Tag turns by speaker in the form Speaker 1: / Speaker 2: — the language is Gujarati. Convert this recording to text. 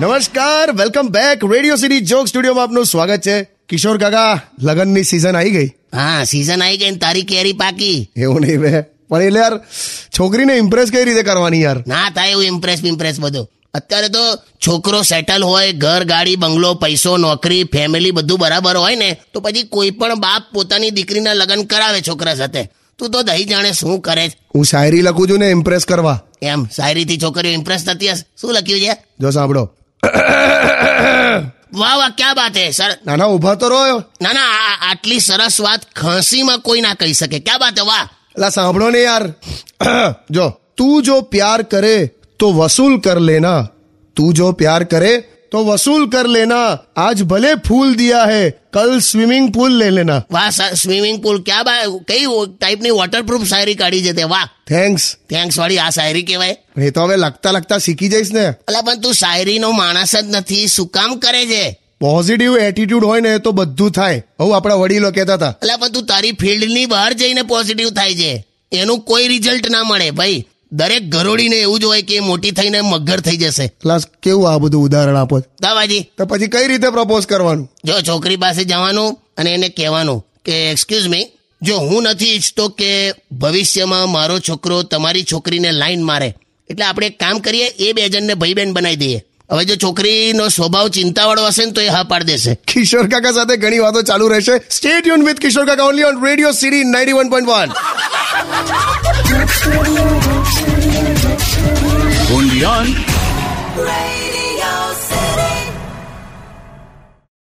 Speaker 1: નમસ્કાર welcome back radio city joke સ્ટુડિયોમાં આપનું સ્વાગત છે કિશોર કાકા લગનની સીઝન આવી ગઈ
Speaker 2: હા સીઝન આવી ગઈ ને તારી કેરી પાકી
Speaker 1: એવું નહીં બે પણ એટલે યાર છોકરીને ઇમ્પ્રેસ કઈ રીતે કરવાની યાર
Speaker 2: ના થાય એવું ઇમ્પ્રેસ બિમ્પ્રેસ બધું અત્યારે તો છોકરો સેટલ હોય ઘર ગાડી બંગલો પૈસો નોકરી ફેમિલી બધું બરાબર હોય ને તો પછી કોઈ પણ બાપ પોતાની દીકરીના લગ્ન કરાવે છોકરા સાથે તું તો દહીં જાણે શું કરે છે.
Speaker 1: હું શાયરી લખું છું ને ઇમ્પ્રેસ કરવા
Speaker 2: એમ શાયરીથી છોકરીઓ ઇમ્પ્રેસ થતી હશે શું લખ્યું છે
Speaker 1: જો સાંભળો
Speaker 2: વાહ વાહ ક્યાં વાત હે સર
Speaker 1: નાના ઊભા તો રહ્યો
Speaker 2: ના ના આ- આ- આટલી સરસ વાત ખાંસીમાં કોઈ ના કહી શકે ક્યાં વાત હે વાહ
Speaker 1: એટલે સાંભળો ને યાર જો તું જો પ્યાર કરે તો વસૂલ કર લેના તું જો પ્યાર કરે તો વસૂલ કર લેના આજ ભલે ફૂલ દિયા હે કલ સ્વિમિંગ પૂલ લે લેના
Speaker 2: વાહ સર સ્વિમિંગ પુલ ક્યાં બા કઈ ટાઈપની વોટરપ્રૂફ શાયરી કાઢી છે તે વાહ
Speaker 1: થેન્ક્સ
Speaker 2: થેન્ક્સ વાળી આ શાયરી કહેવાય
Speaker 1: એ તો હવે લખતા લખતા શીખી જઈશ ને
Speaker 2: અલા પણ તું શાયરીનો માણસ જ નથી શું કામ કરે છે
Speaker 1: પોઝિટિવ એટીટ્યુડ હોય ને તો બધું થાય આવું આપણા વડીલો કહેતા હતા
Speaker 2: અલા પણ તું તારી ફિલ્ડની બહાર જઈને પોઝિટિવ થાય છે એનું કોઈ રિઝલ્ટ ના મળે ભાઈ દરેક ઘરોડીને એવું જ હોય કે એ મોટી થઈને મગર થઈ જશે
Speaker 1: ક્લાસ કેવું આ બધું ઉદાહરણ આપો છો?
Speaker 2: દાવાજી
Speaker 1: તો પછી કઈ રીતે પ્રપોઝ કરવાનું
Speaker 2: જો છોકરી પાસે જવાનું અને એને કહેવાનું કે એક્સક્યુઝ મી જો હું નથી ઈચ્છતો કે ભવિષ્યમાં મારો છોકરો તમારી છોકરીને લાઈન મારે એટલે આપણે એક કામ કરીએ એ બે જણને ભાઈ બહેન બનાવી દઈએ હવે જો છોકરીનો સ્વભાવ ચિંતાવાળો હશે ને તો એ હા પાડી દેશે
Speaker 1: કિશોર કાકા સાથે ઘણી વાતો ચાલુ રહેશે સ્ટે ટ્યુન વિથ કિશોર કાકા only on radio city 91.1
Speaker 3: Only on
Speaker 4: Radio